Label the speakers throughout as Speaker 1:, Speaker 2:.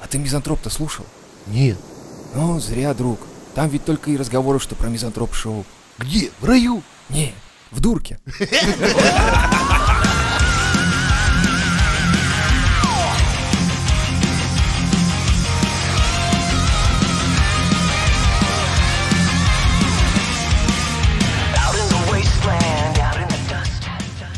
Speaker 1: А ты мизантроп-то слушал?
Speaker 2: Нет.
Speaker 1: Ну, зря, друг. Там ведь только и разговоры, что про мизантроп-шоу.
Speaker 2: Где? В раю?
Speaker 1: Не, в дурке.
Speaker 3: Out in the wasteland, out in the dust.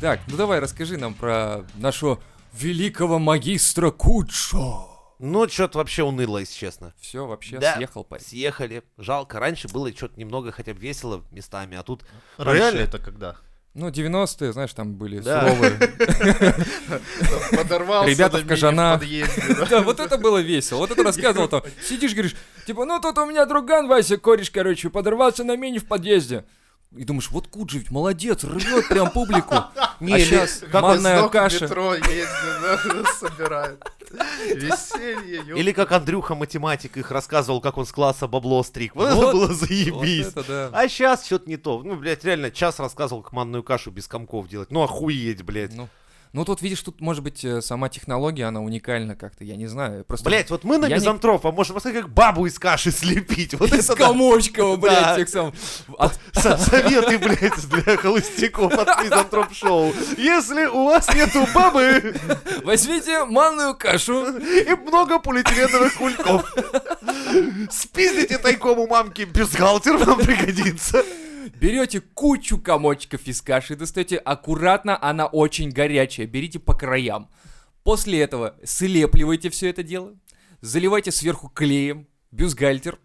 Speaker 4: Так, ну давай расскажи нам про нашего великого магистра Кучо.
Speaker 2: Ну, что-то вообще уныло, если честно.
Speaker 4: Все, вообще
Speaker 2: Да,
Speaker 4: съехал парень.
Speaker 2: Съехали. Жалко, раньше было что-то немного хотя бы весело местами, а тут...
Speaker 5: Раньше
Speaker 2: Реально?
Speaker 5: это когда?
Speaker 4: Ну, 90-е, знаешь, там были
Speaker 2: Да.
Speaker 4: суровые.
Speaker 5: Подорвался
Speaker 4: Ребята
Speaker 5: на
Speaker 4: в
Speaker 5: мини
Speaker 4: кожанах.
Speaker 5: подъезде, да?
Speaker 4: Да, вот это было весело. Вот это рассказывал там. Сидишь, говоришь, типа, ну тут у меня друган Вася, кореш, короче, подорвался на мини в подъезде. И думаешь, вот Куджи ведь молодец, рвет прям публику. а
Speaker 2: или
Speaker 4: сейчас
Speaker 5: Как он с
Speaker 4: манная
Speaker 5: ног в
Speaker 4: каша.
Speaker 5: метро ездит, да, собирает. Веселье, ёп.
Speaker 2: Или как Андрюха математик их рассказывал, как он с класса бабло стриг. Вот, это
Speaker 4: Вот,
Speaker 2: было
Speaker 4: Вот
Speaker 2: заебись.
Speaker 4: это да.
Speaker 2: А сейчас что-то не то. Ну, блядь, реально, час рассказывал, как манную кашу без комков делать. Ну, охуеть, блядь.
Speaker 4: Ну, ну тут, видишь, тут, может быть, э, сама технология, она уникальна как-то, я не знаю. Просто
Speaker 2: Блять, вот мы на
Speaker 4: Я не-
Speaker 2: мизантропа можем посмотреть, как бабу из каши слепить. Вот
Speaker 4: из
Speaker 2: это да.
Speaker 4: комочкова,
Speaker 2: Да.
Speaker 4: блядь, тех самых. От-
Speaker 2: Со- Советы, блядь, для холостяков от мизантроп-шоу. Если у вас нету бабы
Speaker 4: Возьмите манную кашу.
Speaker 2: и много полиэтиленовых кульков, спиздите тайком у мамки бюстгальтер, вам пригодится.
Speaker 4: Берете кучу комочков из каши, достаете аккуратно, она очень горячая, берите по краям. После этого слепливайте все это дело, заливайте сверху клеем, бюстгальтер,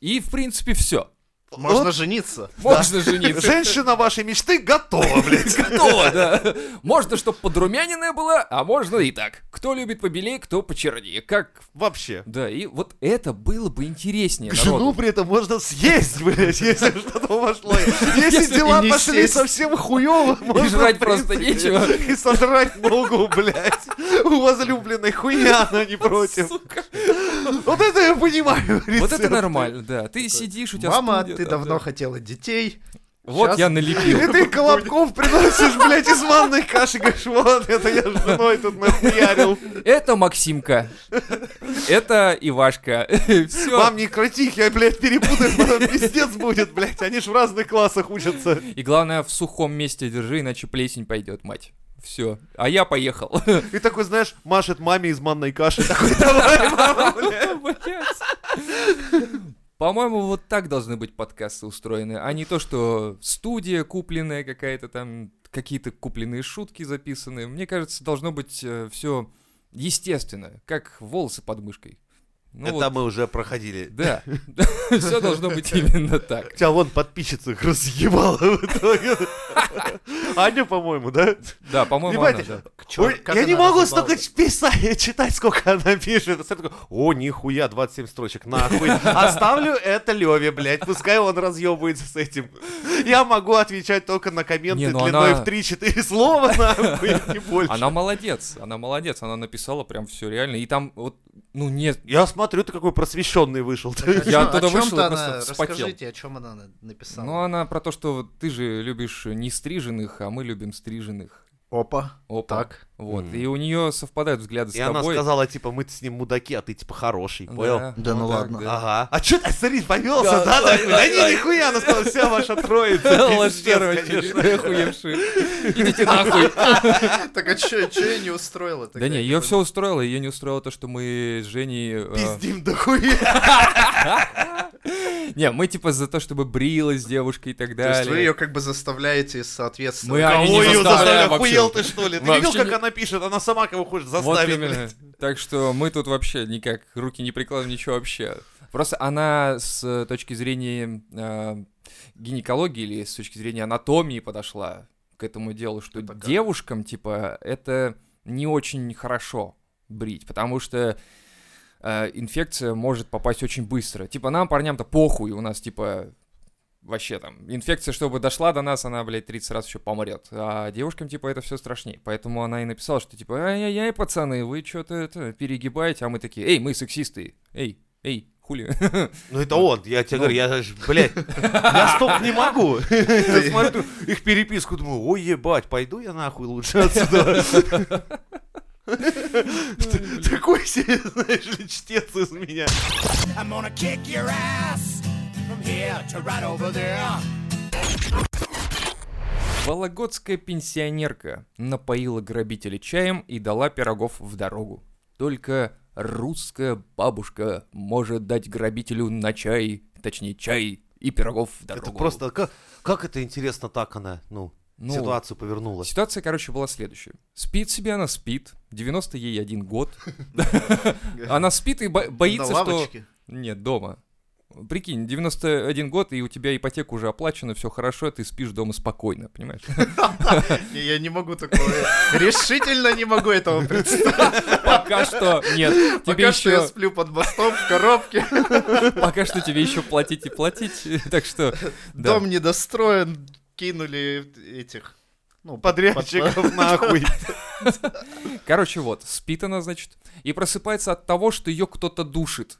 Speaker 4: и, в принципе, все.
Speaker 5: Можно жениться.
Speaker 4: Можно жениться.
Speaker 2: Женщина вашей мечты готова, блядь.
Speaker 4: Готово, да. Можно, чтобы подрумяненная была, а можно и так. Кто любит побелее, кто почернее. Как...
Speaker 2: Вообще.
Speaker 4: Да, и вот это было бы интереснее
Speaker 2: Жену
Speaker 4: народу.
Speaker 2: при этом можно съесть, блядь, если что-то вошло. Если
Speaker 4: Если
Speaker 2: дела
Speaker 5: и не
Speaker 2: пошли
Speaker 5: сесть.
Speaker 2: совсем хуёво, можно,
Speaker 4: жрать
Speaker 2: в
Speaker 4: просто
Speaker 2: принципе,
Speaker 4: нечего.
Speaker 2: И сожрать ногу, блядь. У возлюбленной хуя она не против.
Speaker 4: Сука.
Speaker 2: Вот это я понимаю.
Speaker 4: Вот это
Speaker 2: рецепт.
Speaker 4: нормально, да. Ты сидишь, у тебя
Speaker 5: Мама,
Speaker 4: студия,
Speaker 5: ты
Speaker 4: да,
Speaker 5: давно
Speaker 4: да.
Speaker 5: хотела детей.
Speaker 4: Вот
Speaker 5: Щас-
Speaker 4: я
Speaker 2: И
Speaker 4: налепил.
Speaker 2: ты колобков приносишь, блядь, из ванной каши, говоришь, вот, это я с женой тут нахуярил.
Speaker 4: Это Максимка. Это Ивашка. Все.
Speaker 2: Вам не кротих, я, блядь, перепутаю, потом пиздец будет, блядь. Они ж в разных классах учатся.
Speaker 4: И главное, в сухом месте держи, иначе плесень пойдет, мать. Все. А я поехал.
Speaker 2: И такой, знаешь, машет маме из манной каши. Такой, давай, мама, блядь.
Speaker 4: Блядь. По-моему, вот так должны быть подкасты устроены, а не то, что студия купленная какая-то там, какие-то купленные шутки записаны. Мне кажется, должно быть все естественно, как волосы под мышкой. Ну вот,
Speaker 2: мы уже проходили.
Speaker 4: Да, все должно быть именно так.
Speaker 2: Тебя вон подписчица их разъебала в итоге. Аня, по-моему, да?
Speaker 4: Да, по-моему, она,
Speaker 2: Ебать,
Speaker 4: да.
Speaker 5: Чё,
Speaker 2: Ой,
Speaker 5: как
Speaker 2: я
Speaker 5: она
Speaker 2: не могу
Speaker 5: разъебала?
Speaker 2: столько писать, читать, сколько она пишет. Сразу такой, О, нихуя, 27 строчек, нахуй. Оставлю это Леве, блядь, пускай он разъебывается с этим. Я могу отвечать только на комменты
Speaker 4: Не, ну
Speaker 2: длиной
Speaker 4: она-
Speaker 2: в 3-4 слова, нахуй, не больше.
Speaker 4: Она молодец, она молодец, она написала прям все реально. И там вот, ну нет,
Speaker 2: Я смотрю, ты какой просвещенный вышел.
Speaker 4: Я
Speaker 5: О
Speaker 4: оттуда
Speaker 5: а чём-то
Speaker 4: вышел и
Speaker 5: она-
Speaker 4: просто вспотел.
Speaker 5: Расскажите, о чем она на- написала.
Speaker 4: ну она про то, что ты же любишь не стриженных, а мы любим стриженных.
Speaker 5: Опа.
Speaker 4: Опа.
Speaker 5: Так.
Speaker 4: Вот.
Speaker 2: Мгм.
Speaker 4: И у нее совпадают взгляды с
Speaker 2: И она
Speaker 4: тобой.
Speaker 2: сказала, типа, мы с ним мудаки, а ты, типа, хороший,
Speaker 4: Да,
Speaker 2: понял?
Speaker 5: Да
Speaker 4: вот
Speaker 5: ну
Speaker 4: так,
Speaker 5: ладно.
Speaker 4: да.
Speaker 2: Ага. А чё ты, смотри, повелся, да? Да не, нихуя, она сказала, вся ваша троица. А, пиздец,
Speaker 4: Лошерова,
Speaker 2: конечно.
Speaker 4: охуевшие. Идите нахуй.
Speaker 5: Так а что я не устроила?
Speaker 4: Да не, ее все устроило, ее не устроило то, что мы с Женей... э,
Speaker 2: Пиздим до хуя.
Speaker 4: Не, мы типа за то, чтобы брилась девушка и так
Speaker 5: То есть вы
Speaker 4: далее.
Speaker 5: ее как бы заставляете
Speaker 4: Мы
Speaker 5: соответствовать.
Speaker 4: А они не
Speaker 2: Кого её
Speaker 4: заставляли
Speaker 2: заставляли?
Speaker 4: вообще.
Speaker 2: Охуел ты, что ли? Ты
Speaker 4: Вообще
Speaker 2: видел, как
Speaker 4: не-
Speaker 2: она пишет? Она сама кого хочет
Speaker 4: Вот
Speaker 2: заставить.
Speaker 4: именно.
Speaker 2: блядь.
Speaker 4: Так что мы тут вообще никак руки не прикладываем, ничего вообще. Просто она с э, точки зрения э, гинекологии или с точки зрения анатомии подошла к этому делу, что
Speaker 5: Это как?
Speaker 4: девушкам, типа, это не очень хорошо брить, потому что э, инфекция может попасть очень быстро. Типа, нам, парням-то, похуй, у нас, типа, вообще там, инфекция, чтобы дошла до нас, она, блядь, 30 раз еще помрет. А девушкам, типа, это все страшнее. Поэтому она и написала, что, типа, ай-яй-яй, пацаны, вы что-то это перегибаете, а мы такие, эй, мы сексисты, эй, эй, хули.
Speaker 2: Ну это он, я тебе говорю, я, ж, блядь, я стоп не могу. Я смотрю их переписку, думаю, ой, ебать, пойду я нахуй лучше отсюда. Такой себе, знаешь ли, чтец из меня.
Speaker 4: Вологодская пенсионерка напоила грабителя чаем и дала пирогов в дорогу. Только русская бабушка может дать грабителю на чай, точнее чай и пирогов в дорогу.
Speaker 2: Это просто, как, как это интересно так она, ну,
Speaker 4: Ну,
Speaker 2: ситуацию повернула.
Speaker 4: Ситуация, короче, была следующая. Спит себе она, спит. 90 ей один год. Она спит и бо- боится,
Speaker 5: На
Speaker 4: что...
Speaker 5: лавочке.
Speaker 4: Нет, дома. Прикинь, 91 год, и у тебя ипотека уже оплачена, все хорошо, а ты спишь дома спокойно, понимаешь?
Speaker 5: Не, Я не могу такого. Решительно не могу этого представить.
Speaker 4: Пока что нет. Тебе
Speaker 5: Пока что я
Speaker 4: еще,
Speaker 5: сплю под мостом в коробке.
Speaker 4: пока что тебе еще платить и платить, так что да.
Speaker 5: Дом недостроен. Кинули этих. Ну,
Speaker 2: Подрядчиков нахуй.
Speaker 4: Короче, вот, спит она, значит, и просыпается от того, что ее кто-то душит.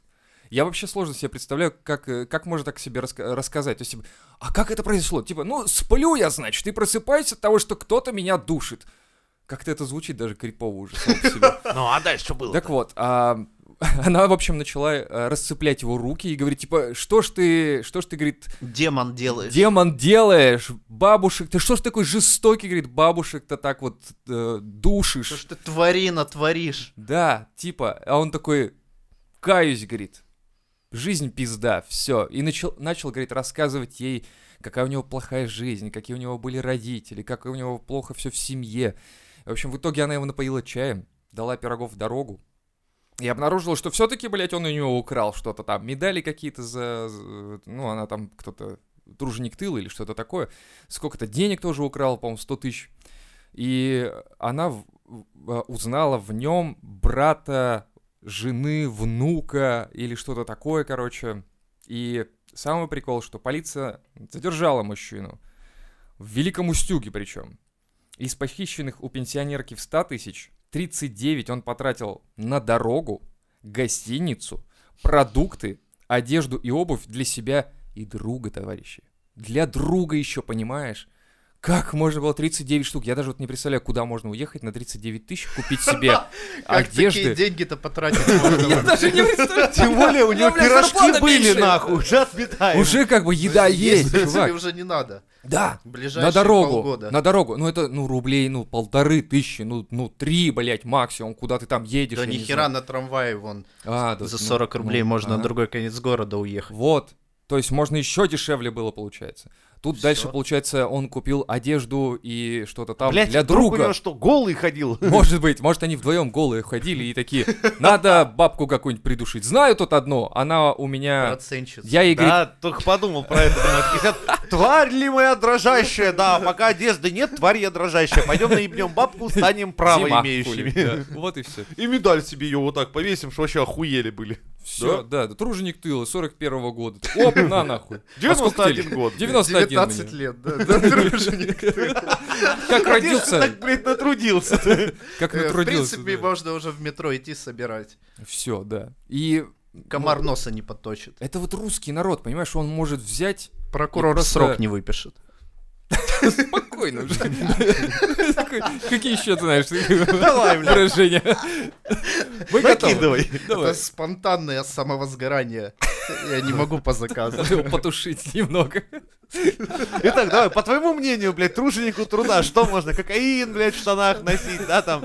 Speaker 4: Я вообще сложно себе представляю, как, э, как можно так себе раска- рассказать. То есть, типа, а как это произошло? Типа, ну, сплю я, значит, и просыпаюсь от того, что кто-то меня душит. Как-то это звучит даже крипово уже само по себе.
Speaker 2: Ну, а дальше что было?
Speaker 4: Так вот, а, она, в общем, начала э, расцеплять его руки и говорит, типа, что ж ты, что ж ты, говорит,
Speaker 5: Демон делаешь.
Speaker 4: Демон делаешь, бабушек, ты что ж такой жестокий, говорит, бабушек-то так вот э, душишь.
Speaker 5: Что ж ты тварина творишь?
Speaker 4: Да, типа, а он такой, каюсь, говорит, жизнь пизда, все. И начал, начал, говорит, рассказывать ей, какая у него плохая жизнь, какие у него были родители, как у него плохо все в семье. В общем, в итоге она его напоила чаем, дала пирогов в дорогу. И обнаружила, что все-таки, блядь, он у него украл что-то там, медали какие-то за... за- Ну, она там кто-то, труженик тыла или что-то такое. Сколько-то денег тоже украл, по-моему, 100 тысяч. И она в- в- э, узнала в нем брата, жены, внука или что-то такое, короче. И самый прикол, что полиция задержала мужчину. В Великом Устюге причем. Из похищенных у пенсионерки в 100 тысяч, 39 он потратил на дорогу, гостиницу, продукты, одежду и обувь для себя и друга, товарищи. Для друга еще, понимаешь? Как можно было 39 штук? Я даже вот не представляю, куда можно уехать на 39 тысяч, купить себе А
Speaker 5: Как такие
Speaker 4: одежды.
Speaker 5: деньги-то потратить можно?
Speaker 4: Даже не представляю.
Speaker 2: Тем более у него
Speaker 4: бля,
Speaker 2: пирожки
Speaker 4: зарплата
Speaker 2: были
Speaker 4: меньше.
Speaker 2: нахуй, уже отметаем.
Speaker 4: Уже как бы еда есть,
Speaker 5: Тебе
Speaker 4: чувак.
Speaker 5: уже не надо.
Speaker 4: Да.
Speaker 5: Ближайшие
Speaker 4: На дорогу,
Speaker 5: полгода.
Speaker 4: на дорогу. Ну это, ну, рублей, ну, полторы тысячи, ну, ну, три, блядь, максимум, куда ты там едешь.
Speaker 5: Да
Speaker 4: я не
Speaker 5: нихера
Speaker 4: знаю.
Speaker 5: на трамвае вон.
Speaker 4: А, да,
Speaker 5: За
Speaker 4: ну,
Speaker 5: 40
Speaker 4: ну,
Speaker 5: рублей можно
Speaker 4: ага.
Speaker 5: на другой конец города уехать.
Speaker 4: Вот. То есть можно еще дешевле было, получается. Тут
Speaker 5: Всё.
Speaker 4: дальше, получается, он купил одежду и что-то там
Speaker 2: Блять,
Speaker 4: а, для друга.
Speaker 2: у него что, голый ходил?
Speaker 4: Может быть, может, они вдвоем голые ходили и такие, надо бабку какую-нибудь придушить. Знаю тут одно, она у меня...
Speaker 5: Процентщица.
Speaker 4: Я ей, говорит,
Speaker 2: Да, только подумал про это. блядь. Говорят, Тварь ли моя дрожащая? Да, пока одежды нет, тварь я дрожащая. Пойдем наебнем бабку, станем право
Speaker 4: «Зима,
Speaker 2: имеющими.
Speaker 4: хули». Да, Вот и все.
Speaker 2: И медаль себе ее вот так повесим, что вообще охуели были.
Speaker 4: Все, да, да, труженик тыла 41 года. Оп, на нахуй. А сколько
Speaker 2: 91
Speaker 4: тебе лет?
Speaker 2: год, блядь.
Speaker 4: 91
Speaker 5: 19
Speaker 4: мне.
Speaker 5: лет, да, да, дружник.
Speaker 4: Как родился,
Speaker 2: Так, блядь, натрудился. ты.
Speaker 4: как
Speaker 5: Э, В
Speaker 4: натрудился.
Speaker 5: принципе, можно уже в метро идти собирать.
Speaker 4: Все, да. И
Speaker 5: Комар носа не подточит.
Speaker 4: это вот русский народ, понимаешь, он может взять И
Speaker 5: Прокурор
Speaker 4: просто-
Speaker 5: срок не выпишет.
Speaker 4: спокойно уже. Такой, Какие еще ты знаешь
Speaker 2: Давай, блядь,
Speaker 4: выражения? Мы готовы.
Speaker 2: накидывай.
Speaker 5: Это
Speaker 4: Давай.
Speaker 5: спонтанное самовозгорание. Я не могу по заказу.
Speaker 4: Надо его потушить немного.
Speaker 2: Итак, давай, по твоему мнению, блядь, труженику труда, что можно? Кокаин, блядь, в штанах носить, да, там?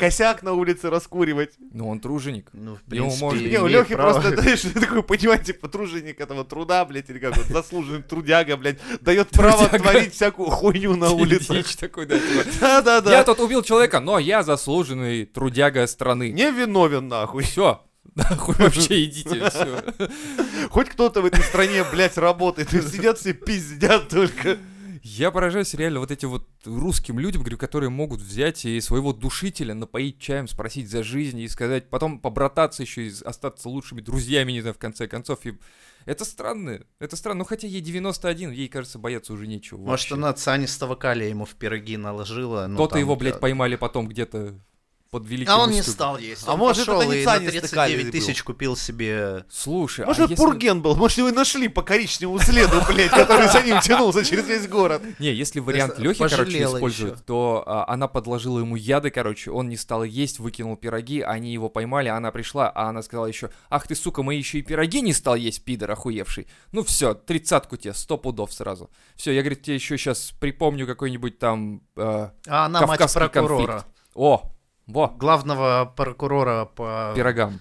Speaker 2: Косяк на улице раскуривать.
Speaker 4: Ну, он труженик.
Speaker 5: Ну, в
Speaker 4: Его
Speaker 5: принципе,
Speaker 4: можно-
Speaker 2: Не, у
Speaker 5: имеет
Speaker 2: Лехи
Speaker 5: право.
Speaker 2: просто, знаешь, такой, понимаете, типа, труженик этого труда, блядь, или как он, заслуженный трудяга, блядь, дает право
Speaker 4: Трудяга.
Speaker 2: творить всякую хуйню на улице.
Speaker 4: Дичь такой, да. типа, Я
Speaker 2: Да-да-да.
Speaker 4: тут убил человека, но я заслуженный трудяга страны.
Speaker 2: Не виновен, нахуй.
Speaker 4: Все. Нахуй вообще идите, все.
Speaker 2: Хоть кто-то в этой стране, блядь, работает. И сидят все пиздят только.
Speaker 4: Я поражаюсь реально вот этим вот русским людям, говорю, которые могут взять и своего душителя напоить чаем, спросить за жизнь и сказать, потом побрататься еще и остаться лучшими друзьями, не знаю, в конце концов. И это странно, это странно. Ну, хотя ей 91, ей, кажется, бояться уже нечего
Speaker 5: Может,
Speaker 4: вообще.
Speaker 5: она цианистого калия ему в пироги наложила. ну,
Speaker 4: Кто-то
Speaker 5: там,
Speaker 4: его,
Speaker 5: да.
Speaker 4: блядь, поймали потом где-то под великим
Speaker 5: А он не
Speaker 4: устюгом.
Speaker 5: стал есть.
Speaker 2: А
Speaker 5: он
Speaker 2: может,
Speaker 5: пошел
Speaker 2: это не
Speaker 5: и на
Speaker 2: Саня Стыкалин
Speaker 5: 39
Speaker 2: был.
Speaker 5: тысяч купил себе...
Speaker 4: Слушай, а
Speaker 2: Может, это
Speaker 4: если-
Speaker 2: Пурген был? Может, его и нашли по коричневому следу, блядь, который за ним тянулся через весь город.
Speaker 4: Не, если вариант
Speaker 5: Просто
Speaker 4: Лехи, короче,
Speaker 5: э, пожалела
Speaker 4: использует,
Speaker 5: ещё.
Speaker 4: то а, она подложила ему яды, короче, он не стал есть, выкинул пироги, они его поймали, она пришла, а она сказала еще, ах ты, сука, мы еще и пироги не стал есть, пидор охуевший. Ну все, тридцатку тебе, сто пудов сразу. Все, я, говорит, тебе еще сейчас припомню какой-нибудь там э,
Speaker 5: А она мать
Speaker 4: кавказский
Speaker 5: прокурора.
Speaker 4: конфликт. О, во,
Speaker 5: Главного прокурора по...
Speaker 4: пирогам.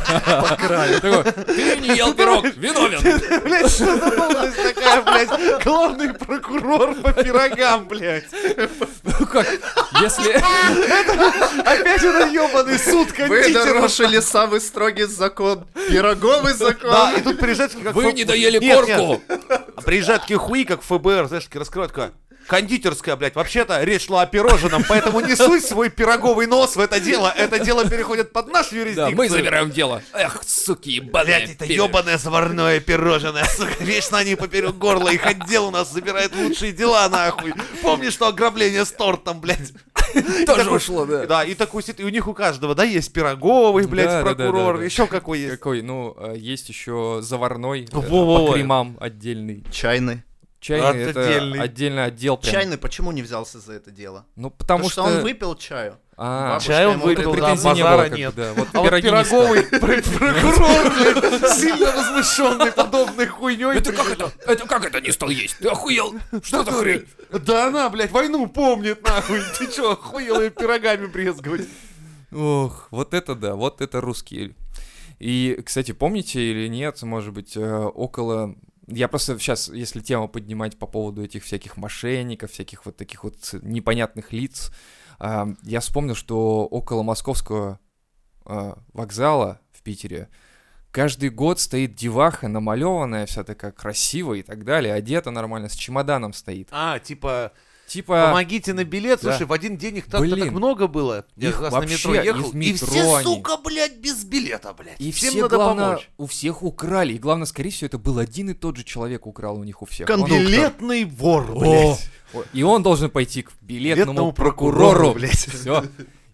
Speaker 4: Такой, Ты не ел пирог, виновен.
Speaker 2: Блядь, что за должность такая, блядь? Главный прокурор по пирогам, блядь.
Speaker 4: Ну как, если...
Speaker 2: Опять это ебаный суд
Speaker 5: Вы
Speaker 2: кондитеров.
Speaker 5: нарушили самый строгий закон. Пироговый
Speaker 2: Да,
Speaker 5: закон.
Speaker 2: и тут приезжают такие, как
Speaker 4: Вы
Speaker 2: ф-
Speaker 4: не доели
Speaker 2: Нет, нет.
Speaker 4: корку!
Speaker 2: А Приезжают такие хуи, как ФБР, знаешь, такие раскрывают, такая, кондитерская, блядь, вообще-то речь шла о пирожном, поэтому не суй свой пироговый нос в это дело, это дело переходит под наш
Speaker 4: Да,
Speaker 2: юрисдикцию.
Speaker 4: мы забираем дело. Эх, суки, ебаные.
Speaker 2: Блять, это
Speaker 4: пидоры.
Speaker 2: ебаное заварное пирожное, сука, вечно они поперек горла, их отдел у нас забирает лучшие дела, нахуй. Помнишь, что ограбление с тортом, блядь?
Speaker 4: Тоже
Speaker 2: такой-
Speaker 4: ушло, да.
Speaker 2: Да, и такой сидит, и у них у каждого, да, есть пироговый, блядь,
Speaker 4: Да, да, да, да,
Speaker 2: прокурор,
Speaker 4: да.
Speaker 2: еще какой есть.
Speaker 4: Какой, ну, э, есть еще заварной э,
Speaker 2: Во-во-во.
Speaker 4: по кремам отдельный.
Speaker 5: Чайный.
Speaker 4: Чайный
Speaker 2: Отдельный.
Speaker 4: это отдельный отдел. прям.
Speaker 5: Чайный почему не взялся за это дело?
Speaker 4: Ну,
Speaker 5: Потому
Speaker 4: потому
Speaker 5: что он выпил чаю.
Speaker 4: А,
Speaker 5: Бабушка Чай он ему выпил, да,
Speaker 4: претензий не
Speaker 2: базара
Speaker 4: было, как
Speaker 2: нет.
Speaker 4: бы, да. Вот
Speaker 2: А вот
Speaker 4: пироги не стал.
Speaker 2: пироговый пр- прокурор, блядь, сильно возмущенный подобной хуйней.
Speaker 4: Это как это? Это как это не стал есть? Ты охуел? Что за хрень?
Speaker 2: Да она, блядь, войну помнит, нахуй. Ты чё, охуел ее пирогами брезговать?
Speaker 4: Ох, вот это да, вот это русские. И, кстати, помните или нет, может быть, э, около... Я просто сейчас, если тему поднимать по поводу этих всяких мошенников, всяких вот таких вот непонятных лиц, а, я вспомнил, что около московского а, вокзала в Питере каждый год стоит деваха, намалеванная вся такая красивая и так далее, одета нормально, с чемоданом стоит.
Speaker 2: А, типа,
Speaker 4: Типа...
Speaker 2: помогите на билет.
Speaker 4: да.
Speaker 2: Слушай, в один день их так, так
Speaker 4: Блин.
Speaker 2: много было. Я
Speaker 4: Их
Speaker 2: как раз на
Speaker 4: вообще
Speaker 2: метро ехал,
Speaker 4: из
Speaker 2: и
Speaker 4: метро
Speaker 2: все,
Speaker 4: они.
Speaker 2: сука, блядь, без билета, блядь.
Speaker 4: И
Speaker 2: Всем
Speaker 4: все,
Speaker 2: надо
Speaker 4: главное,
Speaker 2: помочь.
Speaker 4: у всех украли. И главное, скорее всего, это был один и тот же человек украл у них у всех. Он-
Speaker 2: Билетный вор,
Speaker 4: О,
Speaker 2: блядь.
Speaker 4: о, И он должен пойти к билетному
Speaker 2: Билетному прокурору,
Speaker 4: прокурору,
Speaker 2: блядь.
Speaker 4: Все.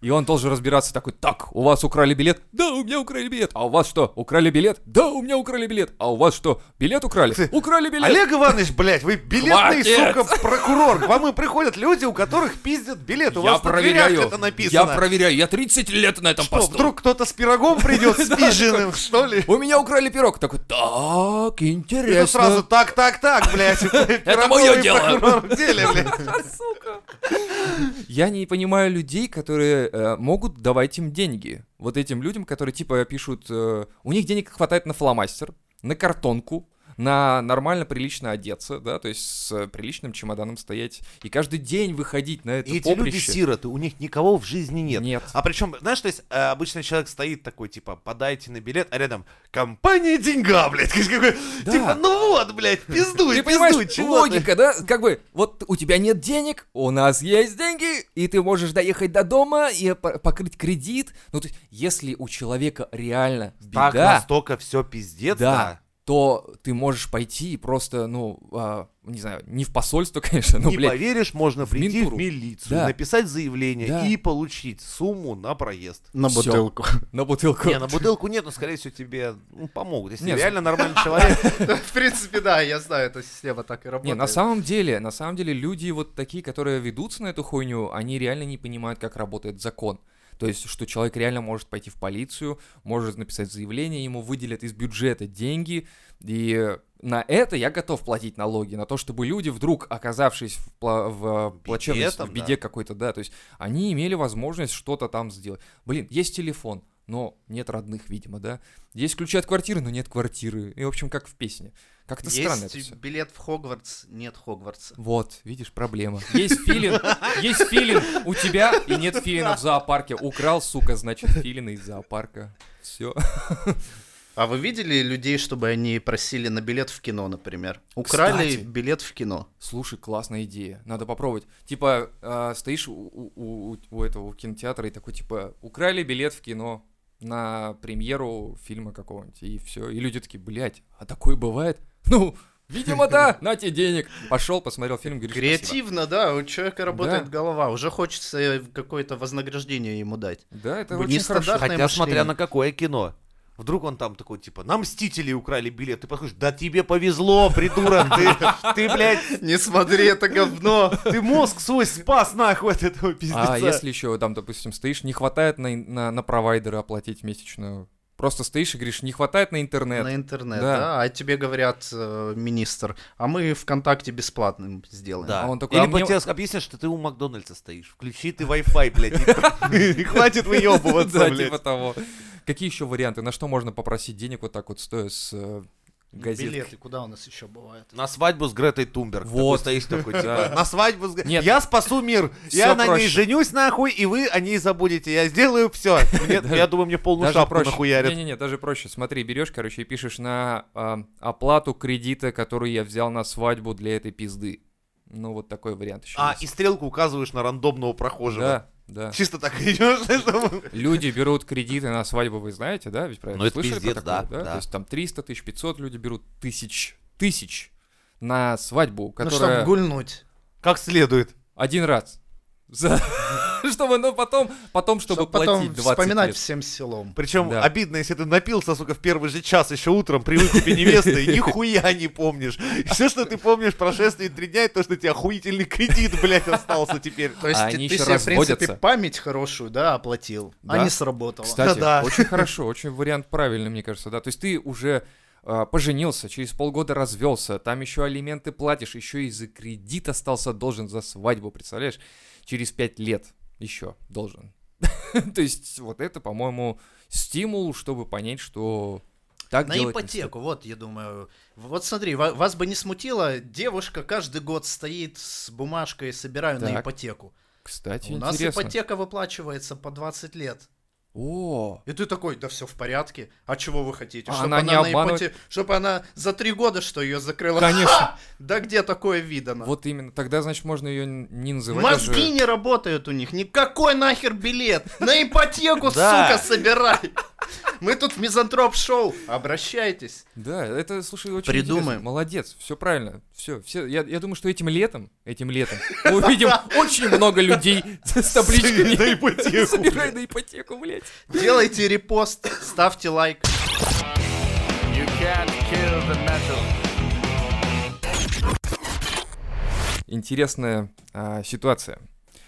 Speaker 4: И он должен разбираться такой, так, у вас украли билет? Да, у меня украли билет. А у вас что, украли билет? Да, у меня украли билет. А у вас что, билет украли? Украли билет.
Speaker 2: Олег Иванович, блядь, вы билетный,
Speaker 4: Хватит!
Speaker 2: сука, прокурор. К вам и приходят люди, у которых пиздят билет. У
Speaker 4: я
Speaker 2: вас на
Speaker 4: проверяю.
Speaker 2: дверях это написано.
Speaker 4: я проверяю. Я 30 лет на этом
Speaker 2: Что,
Speaker 4: посту.
Speaker 2: вдруг кто-то с пирогом придет, с пижиным, что ли?
Speaker 4: У меня украли пирог. Такой, так,
Speaker 2: И
Speaker 4: интересно.
Speaker 2: тут сразу так, так, так, блядь. Это
Speaker 4: моё дело.
Speaker 2: деле, блядь.
Speaker 4: Я не понимаю людей, которые э, могут давать им деньги. Вот этим людям, которые типа пишут, э, у них денег хватает на фломастер, на картонку, на нормально прилично одеться, да, то есть с э, приличным чемоданом стоять и каждый день выходить на это
Speaker 2: И эти люди
Speaker 4: поприще.
Speaker 2: сироты, у них никого в жизни нет.
Speaker 4: Нет.
Speaker 2: А причем, знаешь, то есть э, обычно человек стоит такой, типа, подайте на билет, а рядом компания деньга, блядь. Какой-
Speaker 4: Да.
Speaker 2: Типа, ну вот, блядь, пиздуй, пиздуй,
Speaker 4: Ты понимаешь,
Speaker 2: чего ты?
Speaker 4: логика, да? Как бы, вот у тебя нет денег, у нас есть деньги, и ты можешь доехать до дома и по- покрыть кредит. Ну, то есть, если у человека реально беда,
Speaker 2: Так настолько все пиздец, да.
Speaker 4: да, то ты можешь пойти и просто, ну, а, не знаю, не в посольство, конечно, но,
Speaker 2: не
Speaker 4: Ну, блядь,
Speaker 2: поверишь, можно
Speaker 4: в
Speaker 2: прийти в
Speaker 4: Минтуру.
Speaker 2: милицию,
Speaker 4: Да.
Speaker 2: написать заявление
Speaker 4: Да.
Speaker 2: и получить сумму на проезд.
Speaker 5: На
Speaker 4: Всё.
Speaker 5: бутылку.
Speaker 4: на бутылку.
Speaker 2: Не, на бутылку нет, но, скорее всего, тебе ну, помогут. Если
Speaker 4: Не,
Speaker 2: реально нормальный человек,
Speaker 5: В принципе, да, я знаю, эта система так и
Speaker 4: Не,
Speaker 5: работает.
Speaker 4: на самом деле, на самом деле люди вот такие, которые ведутся на эту хуйню, они реально не понимают, как работает закон. То есть, что человек реально может пойти в полицию, может написать заявление, ему выделят из бюджета деньги, и на это я готов платить налоги, на то, чтобы люди вдруг, оказавшись в, пла- в, э, плачевной с-
Speaker 2: там,
Speaker 4: в беде какой-то, да, то есть они имели возможность что-то там сделать. Блин, есть телефон, но нет родных, видимо, да. Есть ключи от квартиры, но нет квартиры. И, в общем, как в песне. Как-то странно это
Speaker 5: Есть
Speaker 4: все.
Speaker 5: билет в Хогвартс, нет Хогвартса.
Speaker 4: Вот, видишь, проблема. Есть филин, есть филин у тебя, и нет филина в зоопарке. Украл, сука, значит, филина из зоопарка. Все.
Speaker 5: А вы видели людей, чтобы они просили на билет в кино, например? Украли
Speaker 4: Кстати.
Speaker 5: билет в кино.
Speaker 4: Слушай, классная идея. Надо попробовать. Типа, э, стоишь у, у- у- у этого у кинотеатра и такой, типа, украли билет в кино на премьеру фильма какого-нибудь, и все. И люди такие, блядь, а такое бывает? Ну, Видимо, да, на тебе денег. Пошел, посмотрел фильм, говоришь, спасибо.
Speaker 5: Креативно, да, у человека работает
Speaker 4: Да.
Speaker 5: голова, уже хочется э, какое-то вознаграждение ему дать.
Speaker 4: Да, это
Speaker 5: Блин,
Speaker 4: очень хорошо.
Speaker 5: нестандартное
Speaker 2: Хотя, смотря
Speaker 5: мышление.
Speaker 2: на какое кино. Вдруг он там такой, типа, на Мстителей украли билет. Ты подходишь, да тебе повезло, придурок, ты, ты, блядь,
Speaker 5: Не смотри, это говно.
Speaker 2: ты мозг свой спас нахуй от этого пиздеца.
Speaker 4: А если еще там, допустим, стоишь, не хватает на, ин- на, на провайдера оплатить месячную. Просто стоишь и говоришь, не хватает на интернет.
Speaker 5: На интернет,
Speaker 4: Да.
Speaker 5: да. А тебе говорят, э, министр, а мы ВКонтакте бесплатным сделаем.
Speaker 2: Да.
Speaker 4: А он такой,
Speaker 2: Или
Speaker 4: а мне-
Speaker 2: тебе объяснишь, что ты у Макдональдса стоишь. Включи ты Wi-Fi, блядь. и- и Хватит выебываться,
Speaker 4: Да,
Speaker 2: блядь.
Speaker 4: типа того. Какие еще варианты? На что можно попросить денег вот так вот стоя с э, газеткой?
Speaker 5: Ну, Билеты куда у нас еще бывают? Ну,
Speaker 2: На свадьбу с Гретой Тумберг. Такой
Speaker 4: Вот.
Speaker 2: стоишь такой, типа,
Speaker 4: Да.
Speaker 2: на свадьбу с Гре-
Speaker 4: Нет.
Speaker 2: Я спасу мир.
Speaker 4: Всё
Speaker 2: Я на ней
Speaker 4: проще.
Speaker 2: женюсь нахуй, и вы о ней забудете. Я сделаю все. Я думаю, мне полную
Speaker 4: Даже
Speaker 2: шапку
Speaker 4: проще.
Speaker 2: нахуярят.
Speaker 4: Не-не-не, даже проще. Смотри, берешь, короче, и пишешь на а, оплату кредита, который я взял на свадьбу для этой пизды. Ну, вот такой вариант еще.
Speaker 2: А,
Speaker 4: есть.
Speaker 2: и стрелку указываешь на рандомного прохожего.
Speaker 4: Да, да.
Speaker 2: Чисто так идешь, чтобы...
Speaker 4: Люди берут кредиты на свадьбу, вы знаете, да? Ведь про
Speaker 2: Ну, это
Speaker 4: слышали про
Speaker 2: пиздец, да,
Speaker 4: такое,
Speaker 2: да.
Speaker 4: То есть там 300 тысяч, 500 люди берут тысяч, тысяч на свадьбу,
Speaker 5: Ну, чтобы
Speaker 4: которая
Speaker 5: гульнуть.
Speaker 2: Как следует.
Speaker 4: один раз. За- Чтобы, ну, потом, потом, чтобы
Speaker 5: Чтоб потом
Speaker 4: платить 20
Speaker 5: вспоминать
Speaker 4: лет.
Speaker 5: всем селом.
Speaker 2: Причем
Speaker 4: Да.
Speaker 2: обидно, если ты напился, сука, в первый же час еще утром при выкупе невесты, и нихуя не помнишь. Все, что ты помнишь прошествие три дня, это то, что у тебя охуительный кредит, блядь, остался теперь.
Speaker 5: То есть
Speaker 4: А
Speaker 5: ты,
Speaker 4: они
Speaker 5: ты
Speaker 4: еще
Speaker 5: себе, в принципе,
Speaker 4: разводятся.
Speaker 5: память хорошую, да, оплатил,
Speaker 4: Да.
Speaker 5: а не сработало.
Speaker 4: Кстати,
Speaker 2: Да-да.
Speaker 4: очень хорошо, очень вариант правильный, мне кажется, да. То есть ты уже э, поженился, через полгода развелся, там еще алименты платишь, еще и за кредит остался должен за свадьбу, представляешь? Через пять лет еще должен. То есть вот это, по-моему, стимул, чтобы понять, что так
Speaker 5: На
Speaker 4: делать не
Speaker 5: ипотеку, вот, я думаю. Вот смотри, ва- вас бы не смутило, девушка каждый год стоит с бумажкой «собираю на
Speaker 4: Так.
Speaker 5: ипотеку».
Speaker 4: стоит. Кстати,
Speaker 5: У нас
Speaker 4: интересно.
Speaker 5: ипотека выплачивается по 20 лет.
Speaker 4: О,
Speaker 5: И ты такой, да все в порядке. А чего вы хотите?
Speaker 4: А
Speaker 5: Чтоб
Speaker 4: она не
Speaker 5: на
Speaker 4: обманывает?
Speaker 5: ипоте- Чтоб она за три года, что ее закрыла.
Speaker 4: конечно.
Speaker 5: Да где такое видано?
Speaker 4: Вот именно. Тогда, значит, можно ее не называть.
Speaker 5: Мозги
Speaker 4: даже-
Speaker 5: не работают у них. Никакой нахер билет. На ипотеку,
Speaker 2: Да.
Speaker 5: сука, собирай. Мы тут в мизантроп-шоу. Обращайтесь.
Speaker 4: Да, это, слушай, очень
Speaker 5: Придумаем.
Speaker 4: интересно. Молодец, все правильно. Все, все. Я, я думаю, что этим летом, этим летом мы увидим очень много людей с табличками.
Speaker 2: На ипотеку,
Speaker 4: Собирай на ипотеку, блядь.
Speaker 5: Делайте репост, ставьте лайк.
Speaker 4: Интересная а, ситуация.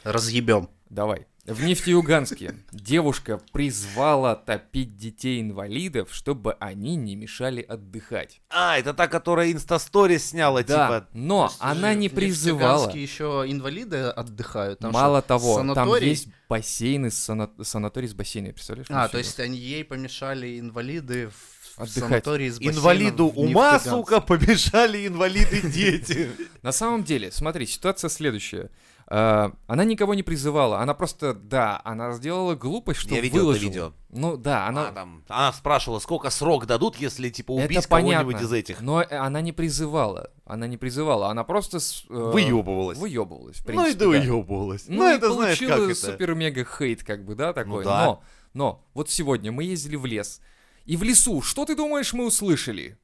Speaker 5: Разъебем.
Speaker 4: Давай. В Нефтеюганске девушка призвала топить детей-инвалидов, чтобы они не мешали отдыхать.
Speaker 2: А, это та, которая инстасторис сняла,
Speaker 4: Да,
Speaker 2: типа.
Speaker 4: но
Speaker 5: э,
Speaker 4: А она не призывала.
Speaker 5: еще инвалиды отдыхают. там
Speaker 4: Мало
Speaker 5: что,
Speaker 4: того, там
Speaker 5: санаторий.
Speaker 4: есть бассейны, с сана- санаторий с бассейнами, представляешь?
Speaker 5: А,
Speaker 4: Нифига.
Speaker 5: то есть они ей помешали инвалиды в в
Speaker 4: Отдыхать.
Speaker 5: санатории с бассейном
Speaker 2: Инвалиду
Speaker 5: в
Speaker 2: ума,
Speaker 5: Нефтеганске.
Speaker 2: сука, побежали инвалиды дети.
Speaker 4: На самом деле, смотри, ситуация следующая. Э, Она никого не призывала, она просто, да, она сделала глупость, что
Speaker 2: Я видел это
Speaker 4: выложила.
Speaker 2: видео.
Speaker 4: Ну да, она...
Speaker 2: А, там, Она спрашивала, сколько срок дадут, если, типа, убить
Speaker 4: это понятно.
Speaker 2: кого-нибудь из этих.
Speaker 4: Но э, она не призывала, она не призывала, она просто... с- э,
Speaker 2: Выебывалась.
Speaker 4: Выебывалась, в
Speaker 2: Ну и
Speaker 4: принципе,
Speaker 2: да
Speaker 4: да.
Speaker 2: уебывалась.
Speaker 4: Ну,
Speaker 2: Ну
Speaker 4: и
Speaker 2: это знаешь,
Speaker 4: получила
Speaker 2: как это. Ну
Speaker 4: супер-мега хейт, как бы, да, такой.
Speaker 2: да.
Speaker 4: Но, но, вот сегодня мы ездили в лес. И в лесу, что ты думаешь, мы услышали?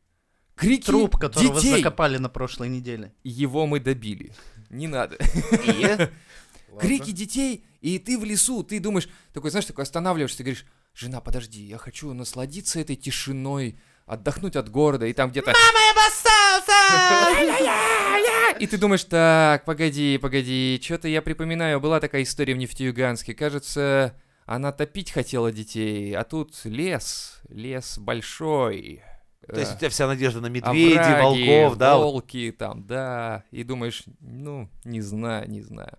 Speaker 4: Крики
Speaker 5: Труп, который вы
Speaker 4: детей.
Speaker 5: закопали на прошлой неделе.
Speaker 4: Его мы добили. Не надо.
Speaker 2: И?
Speaker 4: крики детей, и ты в лесу, ты думаешь, такой, знаешь, такой останавливаешься, ты говоришь, жена, подожди, я хочу насладиться этой тишиной, отдохнуть от города, и там где-то... Мама, я И ты думаешь, так, погоди, погоди, что-то я припоминаю, была такая история в Нефтеюганске, кажется, она топить хотела детей, а тут лес, лес большой.
Speaker 2: То есть
Speaker 4: э,
Speaker 2: у тебя вся надежда на медведей,
Speaker 4: овраги,
Speaker 2: волков, да? вот.
Speaker 4: волки там, да, и думаешь, ну, не знаю, не знаю.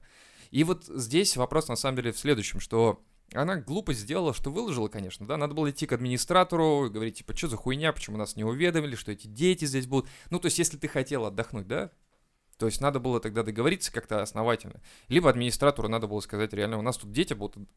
Speaker 4: И вот здесь вопрос на самом деле в следующем, что она глупость сделала, что выложила, конечно, да, надо было идти к администратору и говорить, типа, что за хуйня, почему нас не уведомили, что эти дети здесь будут. Ну, то есть, если ты хотел отдохнуть, да, то есть надо было тогда договориться как-то основательно. Либо администратору надо было сказать, реально, у нас тут дети будут,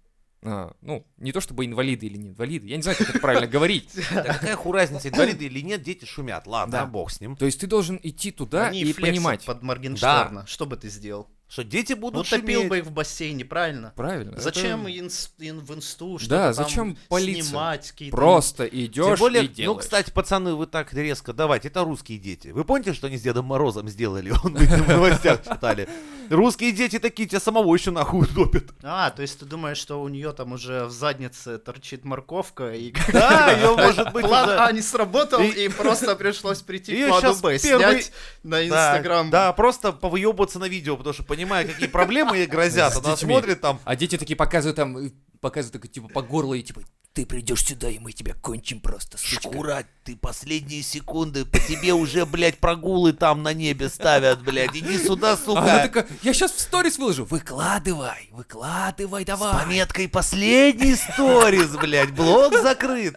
Speaker 4: а, ну, не то чтобы инвалиды или не инвалиды, я не знаю, как это правильно говорить.
Speaker 2: Да какая хуй разница, инвалиды или нет, дети шумят. Ладно,
Speaker 4: Да.
Speaker 2: бог с ним.
Speaker 4: То есть ты должен идти туда
Speaker 5: Они
Speaker 4: и
Speaker 5: флексят
Speaker 4: понимать.
Speaker 5: под Моргенштерна. Что бы ты сделал?
Speaker 2: Что дети будут
Speaker 5: Ну, топил
Speaker 2: шуметь.
Speaker 5: бы их в бассейне, правильно?
Speaker 4: Правильно.
Speaker 5: Зачем
Speaker 4: это
Speaker 5: инс- ин- в инсту что-то
Speaker 4: Да,
Speaker 5: там
Speaker 4: зачем палиться?
Speaker 5: снимать какие-то...
Speaker 4: Просто
Speaker 2: Тем
Speaker 4: идешь
Speaker 2: более,
Speaker 4: и делаешь.
Speaker 2: ну, кстати, пацаны, вы так резко давайте, это русские дети. Вы помните, что они с Дедом Морозом сделали? Он мы в новостях читали. Русские дети такие, тебя самого еще нахуй утопят.
Speaker 5: А, то есть ты думаешь, что у нее там уже в заднице торчит морковка и...
Speaker 2: Да, ее Ну, может быть
Speaker 5: План
Speaker 2: уже-
Speaker 5: А не сработал,
Speaker 2: И-
Speaker 5: и просто пришлось прийти
Speaker 2: Её
Speaker 5: к плану
Speaker 2: щас
Speaker 5: Б,
Speaker 2: первый-
Speaker 5: снять на
Speaker 2: Да,
Speaker 5: Инстаграм.
Speaker 2: Да, просто повыебываться на видео, потому что понимая, какие проблемы ей грозят,
Speaker 4: С
Speaker 2: она
Speaker 4: детьми.
Speaker 2: смотрит там.
Speaker 4: А дети такие показывают там, э, показывают так, типа по горло и типа
Speaker 6: Ты придешь сюда, и мы тебя кончим просто, сучка.
Speaker 2: Шкура, ты последние секунды, по тебе уже, блядь, прогулы там на небе ставят, блядь. Иди сюда,
Speaker 4: А она такая, я сейчас в сторис выложу. Вы
Speaker 6: Выкладывай, выкладывай, давай.
Speaker 2: пометкой «Последний сториз», блядь, блог закрыт.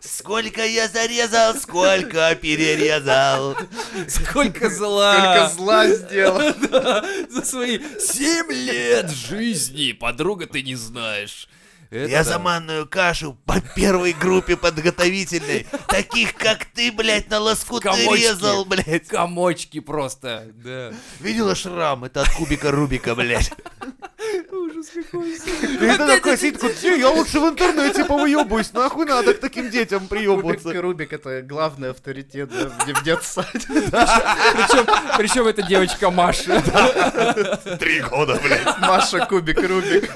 Speaker 2: Сколько я зарезал, сколько перерезал.
Speaker 4: сколько
Speaker 5: Только
Speaker 4: зла
Speaker 5: зла сделал.
Speaker 4: за свои 7 лет жизни, подруга, ты не знаешь. Это
Speaker 2: Я
Speaker 4: да.
Speaker 2: за манную кашу по первой группе подготовительной. Таких, как ты, блядь, на лоскуты
Speaker 4: Комочки.
Speaker 2: резал, блядь.
Speaker 4: Комочки просто, да.
Speaker 2: Видела шрам? Это от кубика Рубика, блядь. Ужас какой. И ты такой сидит, такой, «Не, я лучше в интернете повыебуюсь, нахуй надо к таким детям
Speaker 5: Рубик,
Speaker 2: приебываться.
Speaker 5: Рубик это главный авторитет да, в в детсаде.
Speaker 4: Причем, причем это девочка Маша.
Speaker 2: Три года, блядь.
Speaker 5: Маша Кубик Рубик.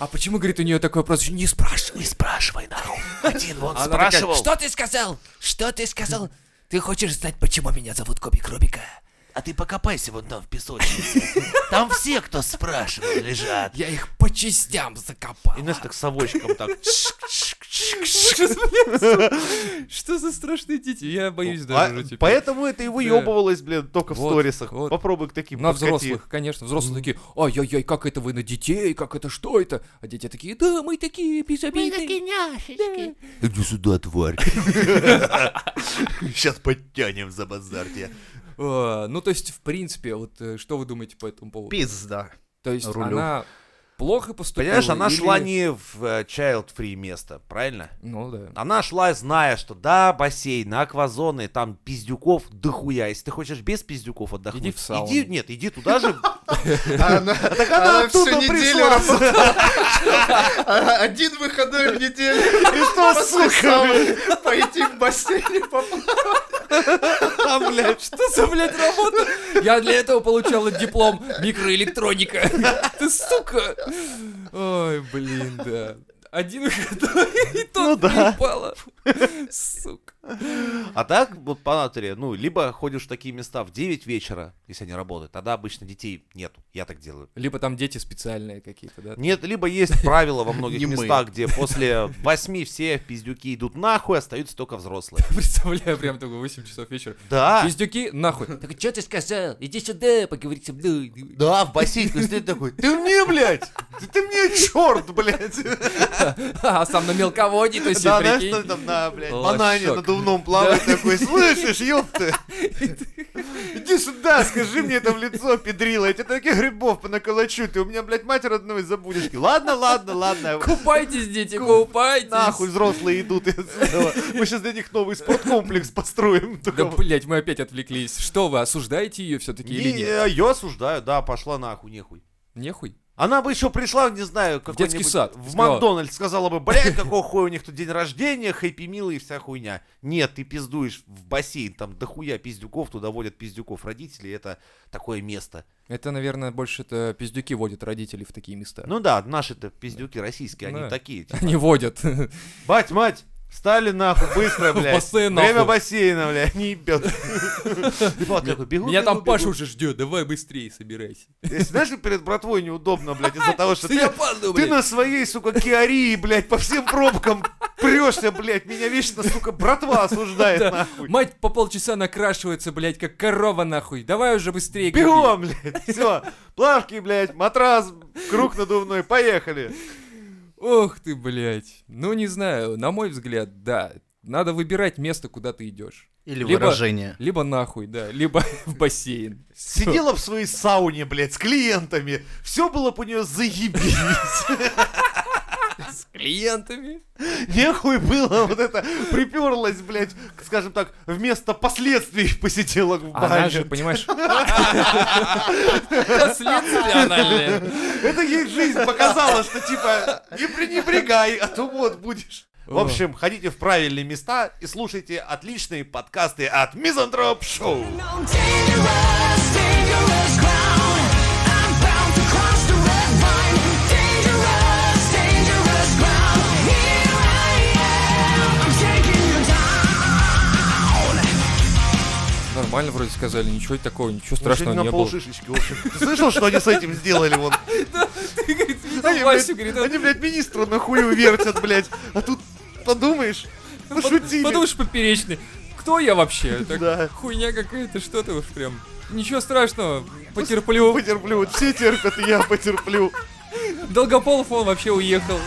Speaker 4: А почему, говорит, у нее такой вопрос? Не спрашивай.
Speaker 6: Не спрашивай, нахуй.
Speaker 2: Один вон
Speaker 4: Она такая,
Speaker 2: спрашивал.
Speaker 6: Что ты сказал? Что ты сказал? Ты хочешь знать, почему меня зовут Кубик Рубика?
Speaker 2: А ты покопайся вон там в песочнице. Там все, кто спрашивал, лежат.
Speaker 6: Я их по частям закопал.
Speaker 2: И знаешь, так совочком так.
Speaker 4: Что за страшные дети? Я боюсь
Speaker 2: А,
Speaker 4: даже. уже теперь.
Speaker 2: Поэтому это и выебывалось, блин, только в
Speaker 4: Вот,
Speaker 2: сторисах.
Speaker 4: вот.
Speaker 2: Попробуй к таким
Speaker 4: На
Speaker 2: подкати.
Speaker 4: взрослых, конечно, взрослые такие, ай-яй-яй, как это вы на детей, как это, что это? А дети такие, да, мы такие безобидные.
Speaker 2: Иди сюда, тварь. Сейчас подтянем за базар тебя.
Speaker 4: А, ну, то есть, в принципе, вот э, что вы думаете по этому поводу?
Speaker 5: Пизда.
Speaker 4: То есть,
Speaker 5: Рулю.
Speaker 4: она плохо поступила?
Speaker 2: Понимаешь, она
Speaker 4: или-
Speaker 2: шла не в э, child-free место, правильно?
Speaker 4: Ну, да.
Speaker 2: Она шла, зная, что да, бассейн, аквазоны, там пиздюков дохуя. Если ты хочешь без пиздюков отдохнуть,
Speaker 4: Иди в сауну.
Speaker 2: иди- нет, иди туда же.
Speaker 5: Она,
Speaker 2: Так она
Speaker 5: всю
Speaker 2: оттуда
Speaker 5: неделю
Speaker 2: пришла.
Speaker 5: работала. А, Один выходной в неделю.
Speaker 2: И что, сука,
Speaker 5: Пойти в бассейне поплавать.
Speaker 2: там, А, блядь,
Speaker 4: Что за, блядь, работа? Я для этого получала диплом микроэлектроника. Ты сука! Ой, блин, да. Один выходной, и
Speaker 2: Ну
Speaker 4: тот
Speaker 2: да.
Speaker 4: перепало. Сука.
Speaker 2: А так, вот по натуре, ну, либо ходишь в такие места в 9 вечера, если они работают, тогда обычно детей нету, я так делаю.
Speaker 4: Либо там дети специальные какие-то, да?
Speaker 2: Нет, либо есть правила во многих
Speaker 5: Не мы.
Speaker 2: местах, где после 8 все пиздюки идут нахуй, остаются только взрослые.
Speaker 4: Представляю, прям такой 8 часов вечера.
Speaker 2: Да,
Speaker 4: Пиздюки, нахуй.
Speaker 6: Так что ты сказал? Иди сюда, поговори со мной.
Speaker 2: да, в бассейн ты стоит такой, ты мне, блядь, ты, ты мне черт, блядь.
Speaker 4: А сам на мелководье, то есть,
Speaker 2: Да, знаешь,
Speaker 4: прикинь.
Speaker 2: что там на, блядь,
Speaker 4: Лошок.
Speaker 2: банане надувном плавает такой, слышишь, ёпты. Иди сюда, скажи мне это в лицо, педрила, я тебе таких грибов понаколочу, ты у меня, блядь, мать родную забудешь. Ладно, ладно, ладно.
Speaker 4: Купайтесь, дети, купайтесь.
Speaker 2: Нахуй взрослые идут. из этого. Мы сейчас для них новый спорткомплекс построим.
Speaker 4: Да, блядь, мы опять отвлеклись. Что вы, осуждаете ее все-таки
Speaker 2: Не,
Speaker 4: или нет?
Speaker 2: Я осуждаю, да, пошла нахуй, нехуй.
Speaker 4: Нехуй.
Speaker 2: Она бы еще пришла, не знаю, какой
Speaker 4: детский сад.
Speaker 2: В
Speaker 4: Сказала.
Speaker 2: Макдональдс сказала бы, блядь, какого хуя у них тут день рождения, хэппи милы и вся хуйня. Нет, ты пиздуешь в бассейн, там дохуя пиздюков, туда водят пиздюков родители, это такое место.
Speaker 4: Это, наверное, больше это пиздюки водят родителей в такие места.
Speaker 2: Ну да, наши-то пиздюки российские, они
Speaker 4: Да.
Speaker 2: такие. типа,
Speaker 4: Они водят.
Speaker 2: Бать, мать, встали нахуй, быстро, блядь.
Speaker 4: Бассейн нахуй.
Speaker 2: Время бассейна, блядь, не ебет. И вот такой, бегу,
Speaker 4: Меня
Speaker 2: бегу,
Speaker 4: там Паша
Speaker 2: бегу.
Speaker 4: уже ждет, давай быстрее собирайся.
Speaker 2: Если знаешь, перед братвой неудобно, блядь, из-за того, что ты,
Speaker 4: опаздываю,
Speaker 2: ты на своей, сука, Киарии, блядь, по всем пробкам прешься, блядь, меня вечно, сука, братва осуждает,
Speaker 4: Да.
Speaker 2: нахуй.
Speaker 4: Мать по полчаса накрашивается, блядь, как корова нахуй. Давай уже быстрее.
Speaker 2: Бегом, блядь, все, плавки, блядь, матрас, круг надувной, поехали.
Speaker 4: Гриби. Ох ты, блядь. Ну, не знаю, на мой взгляд, да. Надо выбирать место, куда ты идешь.
Speaker 5: Или
Speaker 4: Либо-
Speaker 5: выражение.
Speaker 4: Либо нахуй, да, либо в бассейн. Всё.
Speaker 2: Сидела в своей сауне, блядь, с клиентами, все было бы у нее заебись.
Speaker 4: клиентами.
Speaker 2: Нехуй было вот это, приперлась, блядь, скажем так, вместо последствий посетила в
Speaker 4: Она же,
Speaker 2: баню.
Speaker 4: понимаешь... Последствия анальные.
Speaker 2: Это ей жизнь показала, что типа не пренебрегай, а то вот будешь. В
Speaker 4: О.
Speaker 2: общем, ходите в правильные места и слушайте отличные подкасты от Мизантроп Шоу.
Speaker 7: I'm dangerous, dangerous ground. I'm bound to cross the red line. Dangerous, dangerous ground. Here I am. I'm taking you down.
Speaker 4: Нормально вроде сказали, ничего такого, ничего
Speaker 2: Мужчина
Speaker 4: страшного
Speaker 2: на
Speaker 4: не было.
Speaker 2: полшишечки, в общем. Ты слышал, что они с этим сделали вон? Они,
Speaker 4: Вася,
Speaker 2: блядь,
Speaker 4: говорит,
Speaker 2: они, блядь, министра на хую вертят, блядь. А тут, подумаешь, пошутили.
Speaker 4: Подумаешь, поперечный. Кто я вообще? Так,
Speaker 2: Да.
Speaker 4: Хуйня какая-то, что ты уж прям. Ничего страшного, потерплю.
Speaker 2: Потерплю, вот все терпят, и я потерплю.
Speaker 4: Долгополов он вообще уехал.